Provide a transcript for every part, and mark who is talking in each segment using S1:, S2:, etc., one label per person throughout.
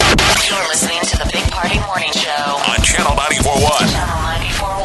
S1: You're listening to the Big Party Morning Show.
S2: on Channel 941.
S1: Channel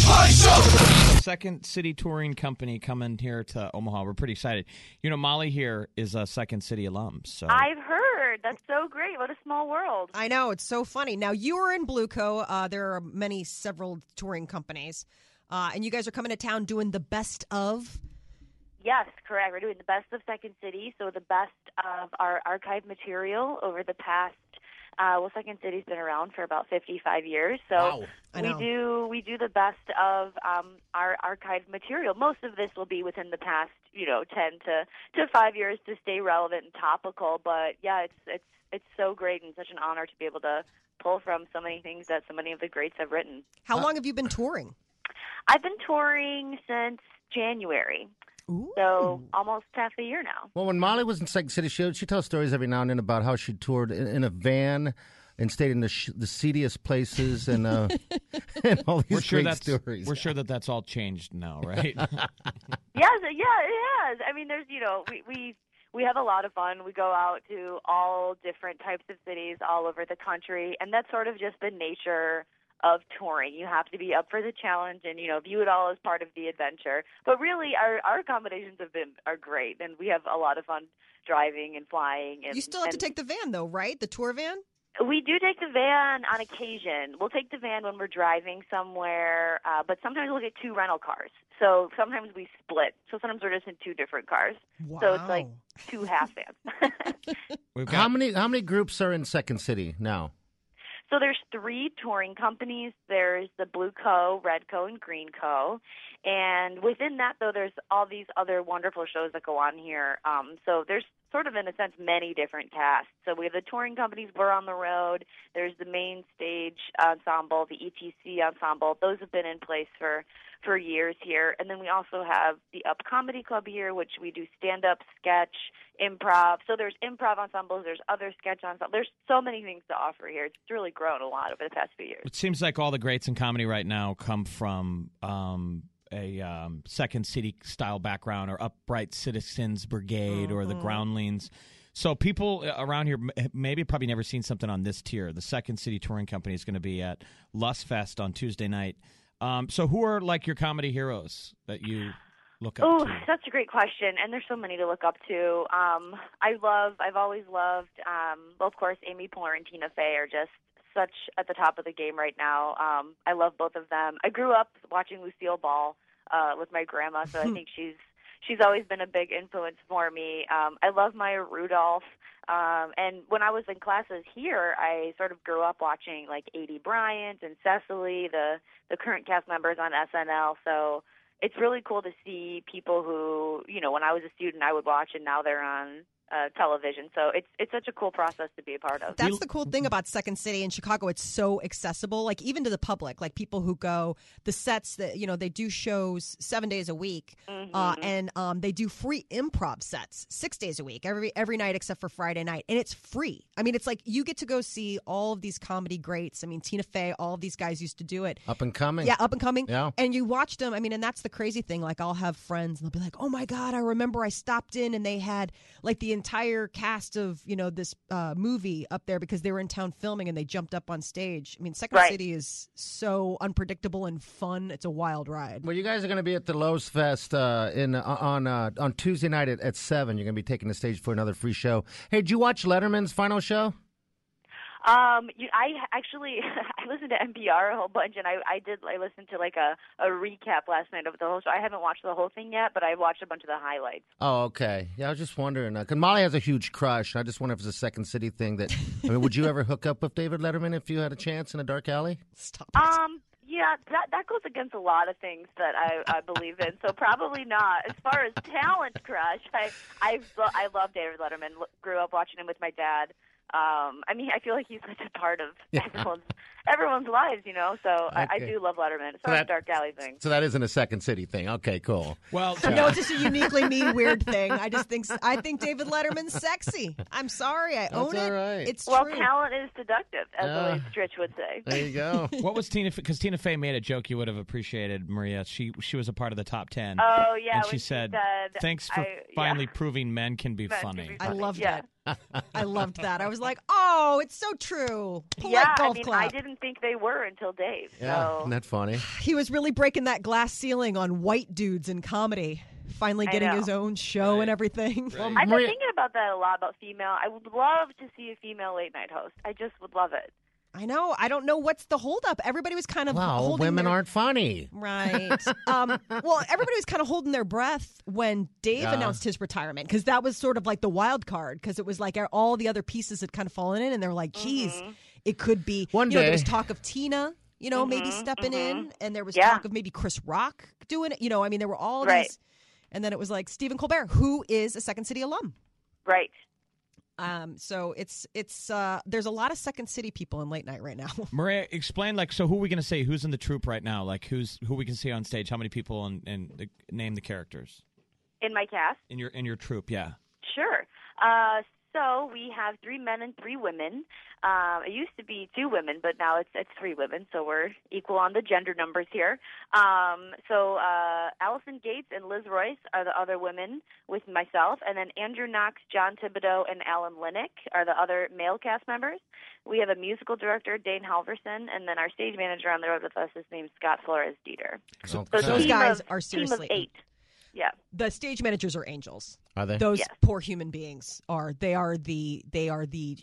S1: 941.
S3: second city touring company coming here to Omaha. We're pretty excited. You know, Molly here is a second city alum. So
S4: I've heard. That's so great. What a small world.
S5: I know it's so funny. Now you are in Blueco. Uh, there are many several touring companies, uh, and you guys are coming to town doing the best of.
S4: Yes, correct. We're doing the best of Second City, so the best of our archive material over the past. Uh, well, Second City's been around for about 55 years, so
S5: I
S4: we
S5: know.
S4: do we do the best of um, our archive material. Most of this will be within the past, you know, 10 to to five years to stay relevant and topical. But yeah, it's it's it's so great and such an honor to be able to pull from so many things that so many of the greats have written.
S5: How long have you been touring?
S4: I've been touring since January,
S5: Ooh.
S4: so almost half a year now.
S6: Well, when Molly was in Second City, she she tells stories every now and then about how she toured in, in a van and stayed in the sh- the seediest places and uh, and all these
S3: we're sure
S6: great
S3: that's
S6: stories.
S3: we're sure that that's all changed now, right?
S4: Yes, yeah, it has. I mean, there's you know we we we have a lot of fun. We go out to all different types of cities all over the country, and that's sort of just the nature of touring. You have to be up for the challenge and you know view it all as part of the adventure. But really, our our accommodations have been are great, and we have a lot of fun driving and flying. And
S5: You still have to
S4: and-
S5: take the van though, right? The tour van.
S4: We do take the van on occasion. We'll take the van when we're driving somewhere, uh, but sometimes we'll get two rental cars. So sometimes we split. So sometimes we're just in two different cars. So it's like
S5: Wow.
S4: two half vans.
S3: We've got,
S6: How many how many groups are in Second City now?
S4: so there's three touring companies. There's the Blue Co, Red Co, and Green Co. And within that, though, there's all these other wonderful shows that go on here. Um, so there's sort of, in a sense, many different casts. So we have the touring companies, We're on the Road. There's the main stage ensemble, the ETC ensemble. Those have been in place for for years here. And then we also have the Up Comedy Club here, which we do stand up, sketch, improv. So there's improv ensembles. There's other sketch ensembles. There's so many things to offer here. It's really grown a lot over the past few years.
S3: it seems like all the greats in comedy right now come from um, a um, second city style background or upright citizens brigade or the groundlings. So people uh, around here m- maybe probably never seen something on this tier. The second city touring company is going to be at Lust Fest on Tuesday night. Um, so who are like your comedy heroes that you look up
S4: Oh,
S3: to?
S4: that's a great question, and there's so many to look up to. Um, I love, I've always loved, um, well, of course, Amy Poehler and Tina Fey are just such at the top of the game right now. Um, I love both of them. I grew up watching Lucille Ball uh, with my grandma, so I think she's she's always been a big influence for me. Um, I love Maya Rudolph. Um, and when I was in classes here, I sort of grew up watching like A.D. Bryant and Cecily, the the current cast members on SNL. So it's really cool to see people who you know when I was a student I would watch and now they're on uh, television. So it's it's such a cool process to be a part of.
S5: That's the cool thing about Second City in Chicago. It's so accessible, like even to the public, like people who go the sets that you know they do shows seven days a week, uh, and um, they do free improv sets six days a week, every every night except for Friday night, and it's free. I mean, it's like you get to go see all of these comedy greats. I mean, Tina Fey, all of these guys used to do it.
S6: Up and coming.
S5: Yeah, oh. up and coming.
S6: Yeah.
S5: And you watched them. I mean, and that's the crazy thing. Like, I'll have friends and they'll be like, oh my God, I remember I stopped in and they had like the entire cast of, you know, this uh, movie up there because they were in town filming and they jumped up on stage. I mean, Second
S4: Right.
S5: City is so unpredictable and fun. It's a wild ride.
S6: Well, you guys are going to be at the Lowe's Fest uh, in uh, on uh, on Tuesday night at, at seven. You're going to be taking the stage for another free show. Hey, did you watch Letterman's final show?
S4: Um, you, I actually I listened to NPR a whole bunch, and I I did I listened to like a a recap last night of the whole show. I haven't watched the whole thing yet, but I watched a bunch of the highlights.
S6: Oh, okay. Yeah, I was just wondering. Uh, 'cause Molly has a huge crush. I just wonder if it's a Second City thing. That I mean, would you ever hook up with David Letterman if you had a chance in a dark alley?
S5: Stop it.
S4: Um, yeah, that that goes against a lot of things that I I believe in. So probably not. As far as talent crush, I I lo- I love David Letterman. L- grew up watching him with my dad. Um, I mean, I feel like he's such a part of everyone's everyone's lives, you know. So I, I
S6: Okay.
S4: do love Letterman. It's
S6: So
S4: not
S6: that-
S4: a dark alley thing.
S6: So that isn't a second city thing. Okay, cool.
S3: Well,
S5: No, it's just a uniquely me weird thing. I just think I think David Letterman's sexy. I'm sorry, I own
S6: all
S5: it.
S6: right.
S5: It's
S4: Well,
S5: true.
S4: talent is seductive, as
S6: Yeah.
S4: Louis Stritch would say.
S6: There you go.
S3: what was Tina? Because Tina Fey made a joke you would have appreciated, Maria. She she was a part of the top ten.
S4: Oh yeah,
S3: and
S4: when
S3: she said,
S4: said,
S3: "Thanks for
S4: I- yeah,
S3: finally proving men can be
S4: meant to
S3: funny."
S4: be
S5: I loved
S4: yeah.
S5: it. I loved that. I was like, oh, it's so true. Polite
S4: yeah, I
S5: golf
S4: mean,
S5: clap.
S4: I didn't think they were until Dave.
S6: Yeah,
S4: So
S6: isn't that funny?
S5: He was really breaking that glass ceiling on white dudes in comedy. Finally,
S4: I
S5: getting
S4: know.
S5: his own show and everything.
S6: Well,
S4: I've been
S6: Maria-
S4: thinking about that a lot about female. I would love to see a female late night host. I just would love it.
S5: I know. I don't know what's the holdup. Everybody was kind of
S6: wow,
S5: holding
S6: women
S5: their-
S6: aren't funny.
S5: Right. um, well, everybody was kind of holding their breath when Dave
S6: Yeah.
S5: announced his retirement because that was sort of like the wild card because it was like all the other pieces had kind of fallen in and they were like, geez, it could be.
S6: Mm-hmm. One
S5: you know, there was
S6: day. Mm-hmm.
S5: talk of Tina, you know, maybe stepping in, and there was
S4: Yeah.
S5: talk of maybe Chris Rock doing it. You know, I mean, there were all
S4: Right.
S5: these. And then it was like Stephen Colbert, who is a Second City alum.
S4: Right.
S5: Um, so it's it's uh, there's a lot of Second City people in late night right now.
S3: Maria, explain like so. Who are we going to say? Who's in the troupe right now? Like who's who we can see on stage? How many people and and uh, name the characters
S4: In my cast,
S3: in your in your troupe? Yeah.
S4: sure. Uh, so we have three men and three women. Um, it used to be two women, but now it's it's three women. So we're equal on the gender numbers here. Um, so uh, Allison Gates and Liz Royce are the other women with myself, and then Andrew Knox, John Thibodeau, and Alan Linick are the other male cast members. We have a musical director, Dane Halverson, and then our stage manager on the road with us is named Scott Flores Dieter. So
S6: Okay.
S5: Those
S4: team
S5: guys
S4: of-
S5: are
S4: team
S5: seriously-
S4: of eight. Yeah.
S5: the stage managers are angels.
S6: Are they?
S5: those
S4: Yes.
S5: poor human beings are they are the they are the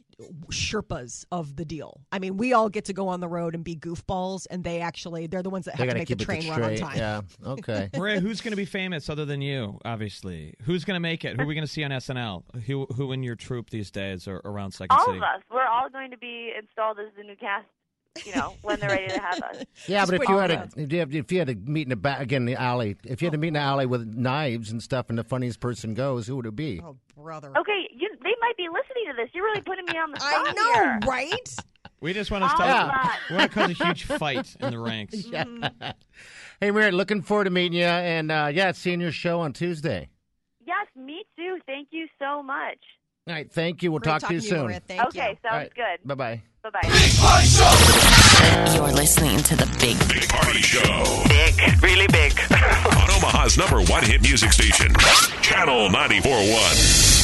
S5: sherpas of the deal i mean we all get to go on the road and be goofballs and they actually they're the ones that
S6: They
S5: have to
S6: gotta
S5: make the
S6: keep
S5: train
S6: it
S5: run on
S6: straight.
S5: time
S6: Yeah. Okay.
S3: Maria, who's going to be famous other than you? Obviously, who's going to make it? Who are we going to see on SNL? Who who in your troupe these days or around Second
S4: all
S3: City?
S4: of us. We're all going to be installed as the new cast. You know, when they're ready to have us.
S6: Yeah,
S5: Just
S6: but if
S5: put
S6: you
S5: your
S6: had a
S5: hands.
S6: if you had- if you had to meet in the back again the alley, if you had to meet in the alley with knives and stuff, and the funniest person goes, who would it be?
S5: oh brother
S4: Okay, you, they might be listening to this. You're really putting me on the spot
S5: i know
S4: here.
S5: right
S3: We just want to
S4: All
S3: start.
S4: of us.
S3: We want to cause a huge fight in the ranks.
S6: Hey, Maria, looking forward to meeting you, and uh, yeah, seeing your show on Tuesday.
S4: Yes, me too. Thank you so much.
S6: All right, thank you. We'll
S5: Great
S6: talk to
S5: talking
S6: you soon.
S5: Maria. thank
S4: okay,
S5: you
S4: sounds good.
S6: Bye bye.
S4: Bye bye.
S1: You're listening to the Big
S2: Big Party Show.
S1: Big, really big.
S2: On Omaha's number one hit music station, Channel 941.